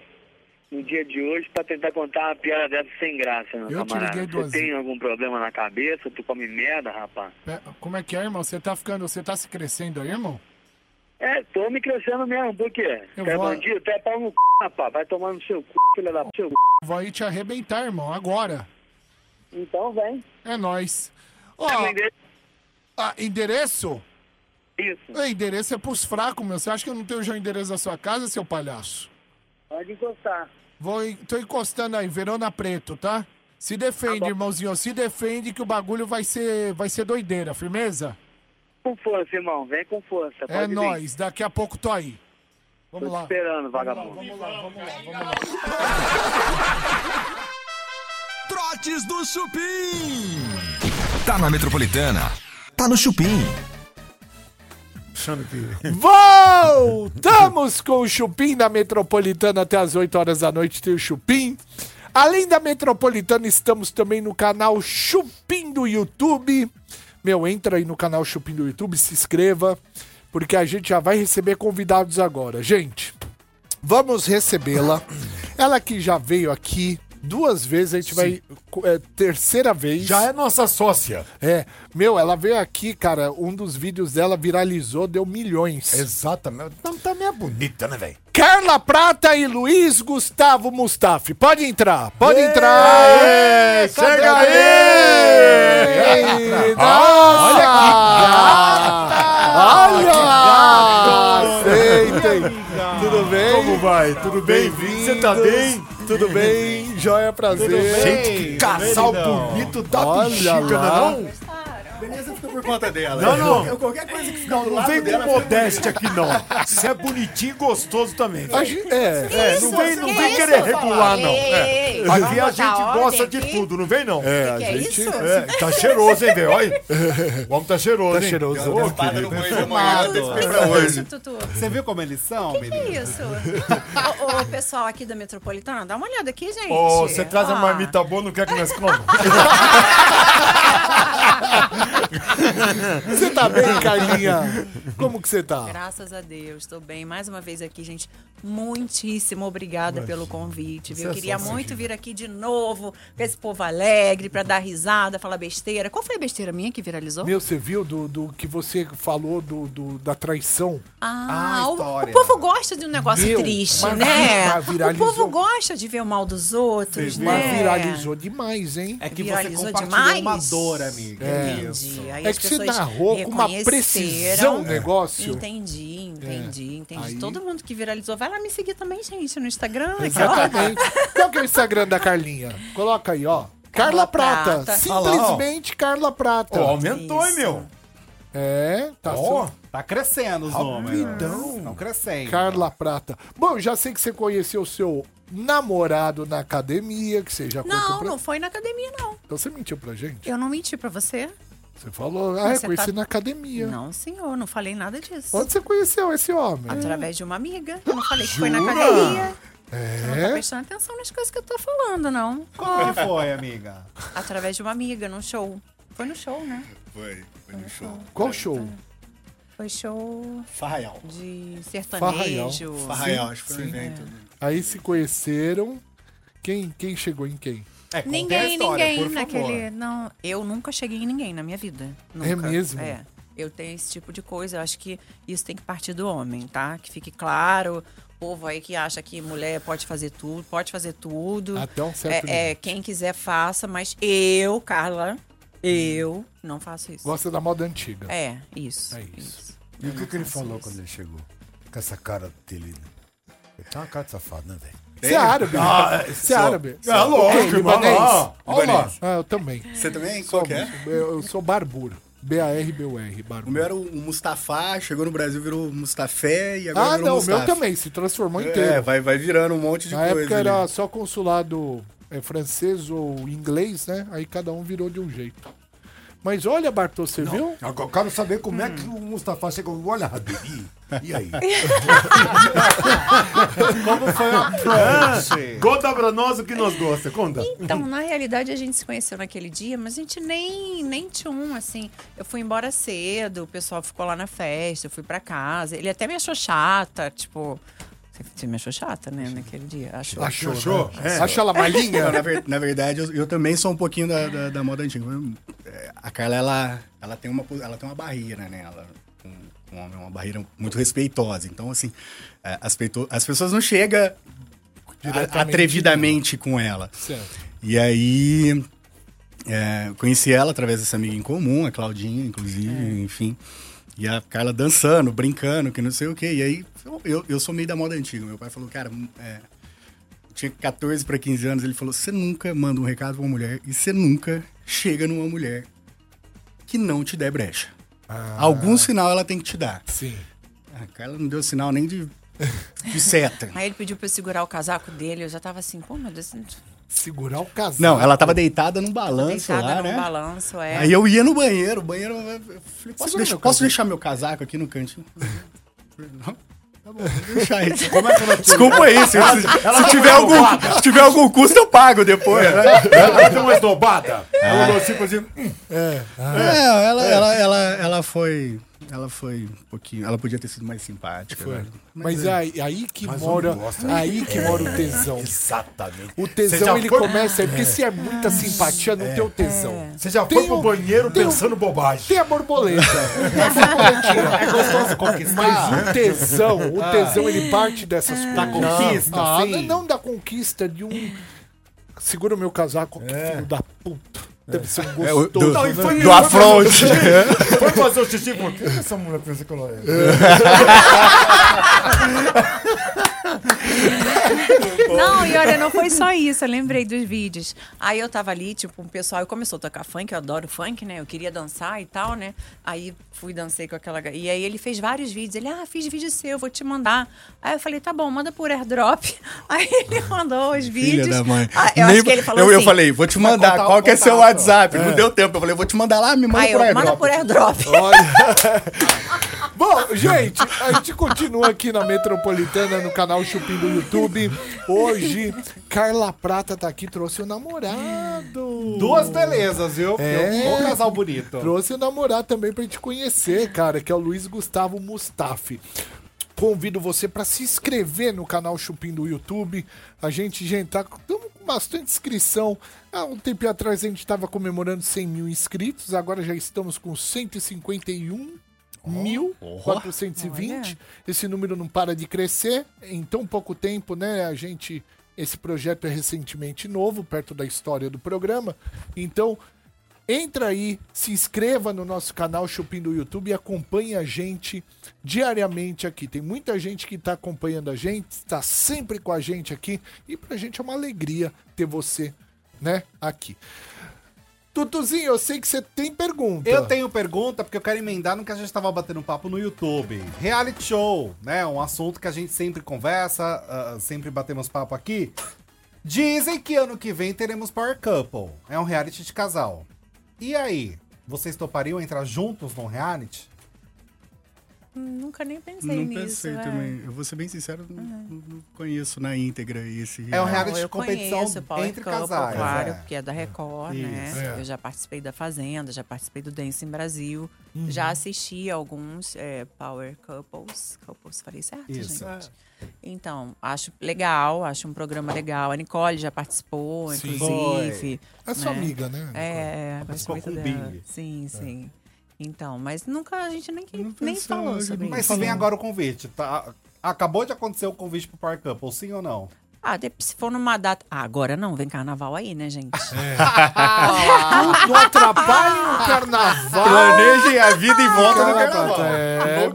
no dia de hoje pra tentar contar uma piada dessa sem graça, meu
Eu te
camarada?
liguei duas
você tem algum problema na cabeça? Tu come merda, rapaz?
Pe- Como é que é, irmão? Você tá ficando. Você tá se crescendo aí, irmão?
É, tô me crescendo mesmo, por quê?
Eu
Tu é
vou-
bandido? Tu é pau no c, rapaz. Vai tomar no seu c, filha da p. seu c.
Vou aí te arrebentar, irmão, agora.
Então vem.
É nóis. Ó,
Aprender
ah, endereço?
isso.
Ei, endereço é pros fracos, meu. Você acha que eu não tenho já o endereço da sua casa, seu palhaço?
Pode encostar.
Vou, en- tô encostando aí, Verona Preto, tá? Se defende, irmãozinho. Se defende que o bagulho vai ser, vai ser doideira, firmeza?
com força, irmão. Vem com força.
É
Pode vir.
nóis, daqui a pouco tô aí. Vamos
Tô te
lá.
esperando, vagabundo.
Trotes do Chupim. Tá na Metropolitana. Tá no Chupim.
Voltamos com o Chupim da Metropolitana até as 8 horas da noite tem o Chupim. Além da Metropolitana, estamos também no canal Chupim do YouTube. Meu, entra aí no canal Chupim do YouTube, se inscreva, porque a gente já vai receber convidados agora. Gente, vamos recebê-la. Ela que já veio aqui duas vezes, a gente vai. É, terceira vez.
Já é nossa sócia.
É, meu, ela veio aqui, cara, um dos vídeos dela viralizou, deu milhões.
Exatamente. Não, também é bonita, né, velho?
Carla Prata e Luiz Gustavo Mustafi. Pode entrar, pode entrar.
É, Chega
Ei, Nossa! Olha! Aceitem. Tudo
Como
bem?
vai? Tudo bem? Você tá bem?
Tudo bem? Joia, prazer.
Gente, que casal bonito da
Olha
bexiga, não
lá.
é não?
Beleza, ficou por conta dela.
Não, não.
Eu, qualquer coisa que ficar
Não,
do
não
lado
vem
dela,
com modéstia aqui, não. Você é bonitinho e gostoso também.
A gente- É.
É, não vem, não vem querer regular, não. É. Aqui a gente gosta de tudo, não vem, não. É, a gente. é, tá cheiroso, hein, velho? Olha. O homem tá cheiroso, né? hein?
cheiroso,
Ô,
Espada no
querido.
banho de amanhã, tem que esperar hoje.
Tutu.
Você viu como eles são,
é
Que
menino?
isso? ô, ô, pessoal aqui da Metropolitana, dá uma olhada aqui, gente.
Ô, você traz a
Ó.
marmita boa, não quer que nós comamos?
Você tá bem, Carlinha? Como que você tá?
Graças a Deus, estou bem. Mais uma vez aqui, gente. Muitíssimo obrigada pelo convite.
é
Viu? Eu queria muito vir aqui de novo, com esse povo alegre, pra dar risada, falar besteira. Qual foi a besteira minha que viralizou?
Meu, você viu do, do que você falou do, do- da traição?
Ah,
Ah,
o- o,
história.
povo gosta de um negócio
Meu,
triste,
mas-
né?
mas viralizou.
O povo gosta de ver o mal dos outros, né?
Mas viralizou demais, hein?
É que você
Viralizou
compartilhou
demais.
uma dor, amiga. É. Isso.
Entendi. Aí
É
as
que você
pessoas
narrou com uma
reconheceram.
precisão o negócio. É.
Entendi, entendi, entendi. Todo mundo que viralizou, vai lá me seguir também, gente, no Instagram. aquela-
Exatamente. Qual que é o Instagram da Carlinha? Coloca aí, ó. Carla
Carla
Prata.
Prata.
Simplesmente Carla Prata.
Pô, aumentou, hein,
Isso.
meu?
É, tá
Ó,
só-
Tá crescendo os números. Estão crescendo.
Carla Prata. Bom, já sei que você conheceu o seu namorado na academia, que você já contou
Não,
pra...
não foi na academia, não.
Então você mentiu pra gente.
Eu não menti pra você.
Você falou, ah, eu
Você tá-
conheci na academia.
Não, senhor, não falei nada disso.
Onde você conheceu esse homem?
Através de uma amiga. Eu não falei que foi na academia. Você não tá
É?
prestando atenção nas coisas que eu tô falando, não.
Qual que foi, amiga?
Através de uma amiga, num show. Foi no show, né?
Foi, foi no show.
Qual show?
Foi show
Farraial.
de sertanejo.
Farraial, acho que foi um evento.
É.
Aí se conheceram. Quem, quem chegou em quem?
É, conta a
Ninguém,
história,
ninguém
por favor.
naquele. Não, eu nunca cheguei em ninguém na minha vida. Nunca.
É mesmo?
É. Eu tenho esse tipo de coisa. Eu acho que isso tem que partir do homem, tá? Que fique claro. O povo aí que acha que mulher pode fazer tudo, pode fazer tudo.
Até um certo
é, é,
limite. Hum.
Quem quiser, faça, mas eu, Carla, eu não faço isso.
Gosta da moda antiga.
É, isso.
É isso.
E o que, que ele falou quando ele chegou? Com essa cara dele. né? Ele tá uma cara de safado, né, velho?
Você é árabe.
Ah,
né? Você é árabe.
É lógico, irmão.
libanês?
Olha lá.
Libanês.
Ah, eu também.
Você também?
Sou,
Qual que é?
eu, eu sou Barbur. B-A-R-B-U-R, Barbur.
O meu era o Mustafá, chegou no Brasil, virou Mustafé e agora
Ah,
virou
não, o
Mustaf.
meu também, se transformou
É,
inteiro.
vai, vai virando um monte de
Na
coisa.
época
ali.
era só consulado é, francês ou inglês, né? Aí cada um virou de um jeito. Mas olha, Bartô, você viu?
Agora eu quero saber como é que o Mustafa chegou. Olha, Rabi. E aí?
Como foi a
É,
approach?
É, Conta pra nós o que nós gosta, conta.
Então, na realidade, a gente se conheceu naquele dia, mas a gente nem, nem tinha um, assim. Eu fui embora cedo, o pessoal ficou lá na festa, eu fui pra casa. Ele até me achou chata, tipo. Você- Você me achou chata, né, naquele dia? Achou.
Achou.
Achou?
É.
né? Acha ela malinha?
Não, na, ver- na verdade, eu, eu também sou um pouquinho da, da- da moda antiga. É, A Carla, ela, ela, tem, uma, pos- ela tem uma barreira, né? Ela, um, um homem, é uma barreira muito respeitosa. Então, assim, é, as, peito- as pessoas não chegam
Diretamente,
atrevidamente com ela.
Certo.
E aí, é, eu conheci ela através dessa amiga em comum, a Claudinha, inclusive,
É.
enfim. E a Carla dançando, brincando, que não sei o quê. E aí, eu- eu, eu sou meio da moda antiga. Meu pai falou, cara, é, eu tinha 14 para 15 anos. Ele falou, você nunca manda um recado pra uma mulher e você nunca chega numa mulher que não te der brecha. Algum sinal ela tem que te dar. Ah,
Sim.
A Carla não deu sinal nem de, de seta.
Aí ele pediu pra eu segurar o casaco dele, eu já tava assim, pô, meu Deus.
Segurar o casaco?
Não, ela tava deitada num balanço
Deitada
lá,
num
né?
balanço, é.
Aí eu ia no banheiro, o banheiro. eu falei, posso, deixar,
Segura meu
posso
casaco.
deixar meu casaco aqui no cantinho? Não?
Tá
bom, vou deixar aí.
Como é que ela-
Desculpa aí, se, se-
Ela-
se
ela
tiver
tá
algum,
preocupada.
se tiver algum custo, eu pago depois.
É.
né?
Ela tá deu uma esnobada. Ela
Ah.
olhou assim, fazendo.
É, ela, Ela, ela, ela foi. Ela foi um pouquinho. Ela podia ter sido mais simpática.
Foi.
né?
Mas
é.
aí, aí que
Mas
mora,
não gosta, né?
aí que
É,
mora o tesão.
Exatamente.
O
Você
tesão
já
ele
foi-
começa aí, porque
É.
se é muita simpatia, não
É.
tem o tesão.
Você já foi
um-
pro banheiro pensando bobagem.
Tem a borboleta. é
gostoso conquistar.
Mas o tesão, o
Ah.
tesão, ele parte dessas coisas.
Da conquista,
Ah,
sim.
não, não da conquista, de um... Segura o meu casaco, que filho da puta. Deve ser um
É, o-
gostoso.
do- Não, e foi-
né?
foi fazer o xixi. Foi fazer o xixi com o que essa mulher pensa que ela é?
Não, e olha, não foi só isso, eu lembrei dos vídeos. Aí eu tava ali, tipo, um pessoal, e começou a tocar funk, eu adoro funk, né? Eu queria dançar e tal, né? Aí fui, dancei com aquela. ga- E aí ele fez vários vídeos. Ele, ah, fiz vídeo seu, vou te mandar. Aí eu falei, tá bom, manda por airdrop. Aí ele mandou os
Filha
vídeos.
da mãe.
Ah, eu
Nem-
acho que ele falou
eu, eu
assim,
falei, vou te mandar,
contar o
qual que é seu
contato.
WhatsApp?
É.
Não deu tempo. Eu falei, vou te mandar lá, me manda
Aí
por
eu,
airdrop.
manda por airdrop.
Bom, gente, a gente continua aqui na Metropolitana, no canal Chupim do YouTube. Hoje, Carla Prata tá aqui, trouxe o namorado.
Duas belezas, viu?
É.
Um casal bonito.
Trouxe o namorado também pra gente conhecer, cara, que é o Luiz Gustavo Mustafi. Convido você pra se inscrever no canal Chupim do YouTube. A gente, gente, tá tamo com bastante inscrição. Há um tempo atrás a gente tava comemorando 100 mil inscritos, agora já estamos com 151 mil. 420. Esse número não para de crescer. Em tão pouco tempo, né? A gente. Esse projeto é recentemente novo, perto da história do programa. Então, entra aí, se inscreva no nosso canal Chupim do YouTube e acompanhe a gente diariamente aqui. Tem muita gente que está acompanhando a gente, está sempre com a gente aqui. E pra gente é uma alegria ter você, né, aqui. Tutuzinho, eu sei que você tem pergunta.
Eu tenho pergunta porque eu quero emendar no que a gente estava batendo papo no YouTube. Reality show, né? Um assunto que a gente sempre conversa, ah, sempre batemos papo aqui. Dizem que ano que vem teremos Power Couple. É um reality de casal. E aí, vocês topariam entrar juntos num reality?
Nunca nem pensei
Não
nisso.
pensei
é.
também. Eu vou ser bem sincero, não, não conheço na íntegra esse.
É um reality de
Eu
competição
conheço o Power
entre
Couple,
casais,
Claro,
é.
porque é da Record,
Isso.
né?
É.
Eu já participei da Fazenda, já participei do Dance em Brasil.
Uhum.
Já assisti alguns é, Power Couples. Couples, falei certo,
Isso. É.
gente? Então, acho legal, acho um programa legal. A Nicole já participou,
Sim.
inclusive.
Foi. É sua amiga, né, Nicole?
É,
Ela
é. gosto
participou
muito
com o
dela.
Bing. É.
Sim, sim. Então, mas nunca a gente nem, nem falou sobre
Mas
isso.
se vem agora o convite, tá? Acabou de acontecer o convite pro Power Couple, sim ou não?
Ah, de- se for numa data. Ah, agora não, vem carnaval aí, né, gente?
Tudo atrapalha o carnaval.
Planejem a vida em volta do
Cara,
carnaval.
É,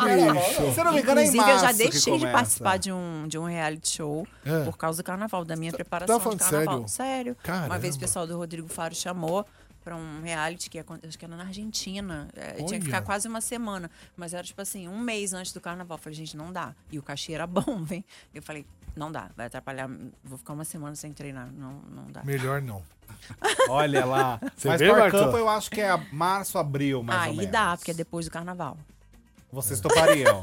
Inclusive,
bicho.
eu já deixei de participar de um, de um reality show
É.
por causa do carnaval, da minha preparação de
falando
carnaval.
sério?
Uma vez
Caramba.
o pessoal do Rodrigo Faro chamou pra um reality que ia acon- acho que era na Argentina. É, tinha
Olha.
que ficar quase uma semana. Mas era tipo assim, um mês antes do carnaval. Eu falei, gente, não dá. E o cachê era bom, vem. Eu falei, não dá, vai atrapalhar. Vou ficar uma semana sem treinar. Não, não dá.
Melhor não.
Olha lá.
Você
Mas
vê,
Power
Marcão?
Couple eu acho que é março, abril, mais ou
Aí
menos.
dá, porque é depois do carnaval.
Vocês topariam.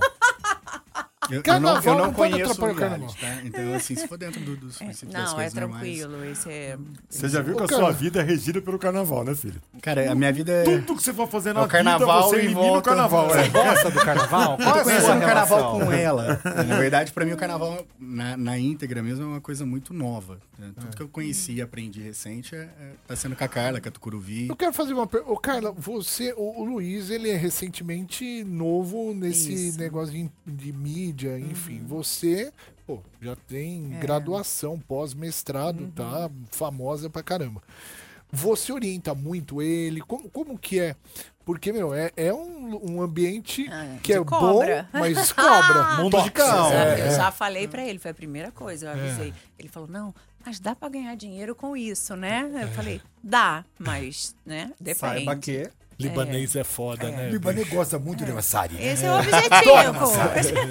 Eu, eu não,
Carnaval
eu não
não pode
conheço
atrapalhar o
lugares,
carnaval.
tá? Então, assim, se for dentro do, dos princípios das
Não, é
coisas normais-
tranquilo. Esse é...
Você já viu que
Ô,
a
cara,
sua vida é regida pelo carnaval, né, filho?
Cara, a minha vida é-
Tudo que você for fazer
É
na
o carnaval
vida, você
em
elimina o
volta.
carnaval.
Você
é.
gosta do carnaval? Qual é a sua relação? Na verdade, pra mim, o carnaval na, na íntegra mesmo é uma coisa muito nova. né? Tudo que eu conheci e aprendi recente é, é- tá sendo com a Carla, com a Tucuruvi.
Eu quero fazer uma pergunta. Ô, Carla, você, o, o Luiz, ele é recentemente novo nesse
Isso.
negócio de, de mídia, enfim. Você, pô, já tem graduação, pós-mestrado, tá? Famosa pra caramba. Você orienta muito ele? Como, como que é? Porque, meu, é, é um, um ambiente que
de
é
cobra.
bom, mas cobra. Tóxico.
Eu já-
É,
eu
é.
já falei pra ele, foi a primeira coisa, eu
É.
avisei. Ele falou, não, mas dá pra ganhar dinheiro com isso, né? Eu falei, dá, mas, né, depende.
Saiba que...
Libanês é, foda, né?
Libanês gosta é muito de maçari.
Esse é o objetivo.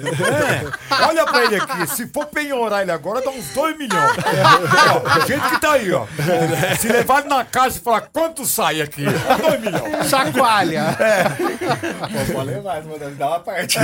É. Olha pra ele aqui. Se for penhorar ele agora, dá uns 2 milhões. É. Ó, o jeito que tá aí, ó. Se levar ele na casa e falar quanto sai aqui, 2 milhões.
Chacoalha.
É. Pô, levar, dá uma parte.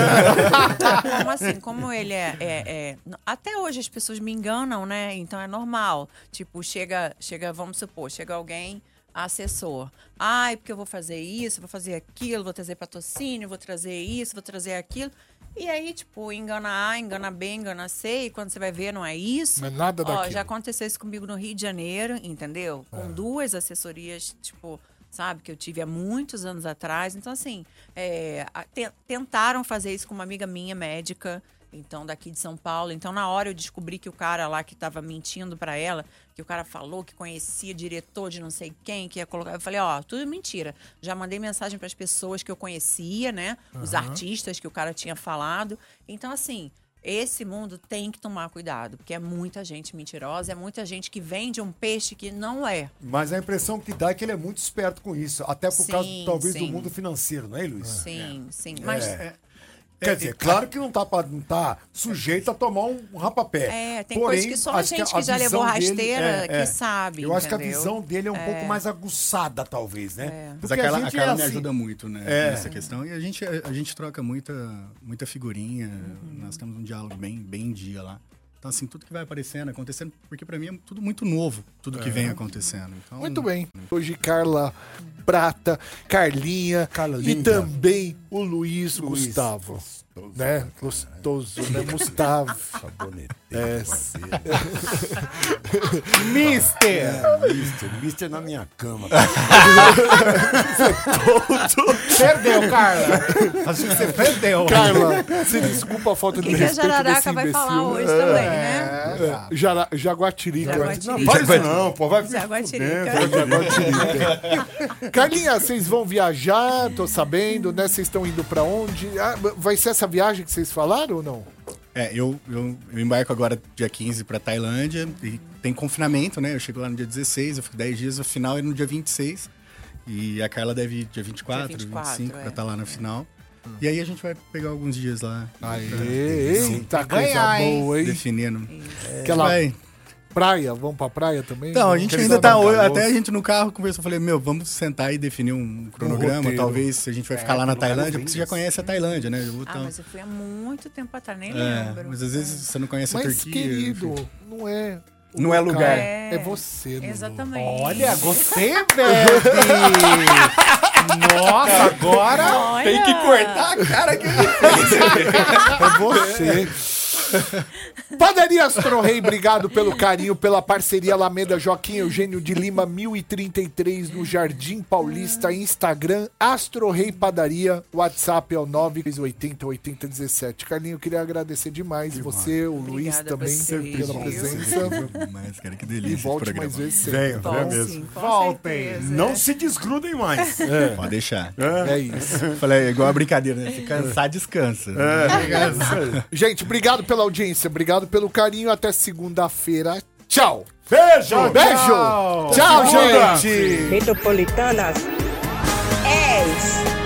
Como assim? Como ele é, é- é- n- Até hoje as pessoas me enganam, né? Então é normal. Tipo, chega, chega, vamos supor, chega alguém, assessor. Ai, porque eu vou fazer isso, vou fazer aquilo, vou trazer patrocínio, vou trazer isso, vou trazer aquilo. E aí, tipo, engana A, engana B, engana C, e quando você vai ver, não é isso.
Mas nada
Ó,
daquilo.
já aconteceu isso comigo no Rio de Janeiro, entendeu? Com duas assessorias, tipo, sabe, que eu tive há muitos anos atrás. Então, assim, é, a- te- tentaram fazer isso com uma amiga minha, médica, então, daqui de São Paulo. Então, na hora eu descobri que o cara lá que tava mentindo pra ela, que o cara falou que conhecia diretor de não sei quem, que ia colocar. Eu falei, ó, tudo mentira. Já mandei mensagem pras pessoas que eu conhecia, né? Os
Aham.
artistas que o cara tinha falado. Então, assim. Esse mundo tem que tomar cuidado, porque é muita gente mentirosa, é muita gente que vende um peixe que não é.
Mas a impressão que dá é que ele é muito esperto com isso. Até por
Sim,
causa, talvez, do
sim.
mundo financeiro, não é, Luiz?
Sim, sim.
É.
Mas É.
Quer dizer, claro que não tá, pra, não tá sujeito a tomar um rapapé.
É, tem coisa que só a
acho
gente que já levou
visão dele- é,
rasteira que sabe,
Eu acho que a
entendeu?
visão dele é um
É.
pouco mais aguçada, talvez, né?
Mas a Carla, a Carla me
assim-
ajuda muito né,
É.
nessa questão. E a gente, a, gente troca muita, muita figurinha. Nós temos um diálogo bem, bem em dia lá. Então, assim, tudo que vai aparecendo, acontecendo, porque pra mim é tudo muito novo, tudo que
É.
vem acontecendo. Então,
Muito bem. Hoje Carla Prata, Carlinha e também o Luiz, Gustavo. Né? Gostoso, né? Gustavo. É.
Mister!
É.
Mister, Mister na minha cama.
Perdeu, Carla.
Acho que você perdeu.
Carla, se desculpa a falta de
que a
respeito
jararaca
desse
vai
imbecil.
falar hoje também,
É,
né?
é. Jara- Jaguatirica.
Jaguatirica.
Não, faz isso não, pô, vai
Ah,
Carlinha, vocês vão viajar, tô sabendo, né? Vocês estão indo pra onde? Ah, vai ser essa viagem que vocês falaram ou não?
É, eu, eu, eu embarco agora dia 15 pra Tailândia e tem confinamento, né? Eu chego lá no dia 16, eu fico 10 dias, o final é no dia 26. E a Carla deve ir dia 24,
Dia 24,
25 pra
é.
estar lá no final. E aí a gente vai pegar alguns dias lá.
Aê,
Pra-
eita, coisa Ganhar, hein? boa, hein?
Definindo. É,
Aquela
vai.
praia, vamos pra praia também?
Então, a gente
Queria
ainda
dar
tá.
um calor.
Até a gente no carro conversou, falei, meu, vamos sentar e definir um cronograma.
roteiro.
talvez se a gente vai
É,
ficar lá na
pelo menos
Tailândia, porque
isso.
você já conhece a Tailândia, né? Eu vou
Ah,
tá-
mas eu fui há muito tempo atrás, nem
é,
lembro.
mas às vezes você não conhece a
Mas,
Turquia.
querido, não é. o
Não é lugar.
É, você, é Lulu.
Exatamente.
Olha,
gostei,
bebe!
Nossa, agora
tem que cortar
a cara que
É você. Padaria Astro Rei, obrigado pelo carinho, pela parceria Alameda Joaquim Eugênio de Lima, 1033, no Jardim Paulista, Instagram, Astro Rei Padaria, WhatsApp é o 980 8017. Carlinho, eu queria agradecer demais você, o Luiz
Obrigada a
também,
você,
pela
viu?
presença.
Mas, é cara, que
E
delícia. esse
volte
programa.
mais vezes sempre.
Venha, venha mesmo. Voltem. Não se desgrudem mais.
É. Pode deixar.
É isso.
Falei, é igual a brincadeira, né? Se cansar, descansa.
É. Gente, obrigado pela audiência, obrigado pelo carinho. Até segunda-feira. Tchau.
Beijo.
Beijo. Tchau,
Segunda.
gente.
Metropolitanas. 10.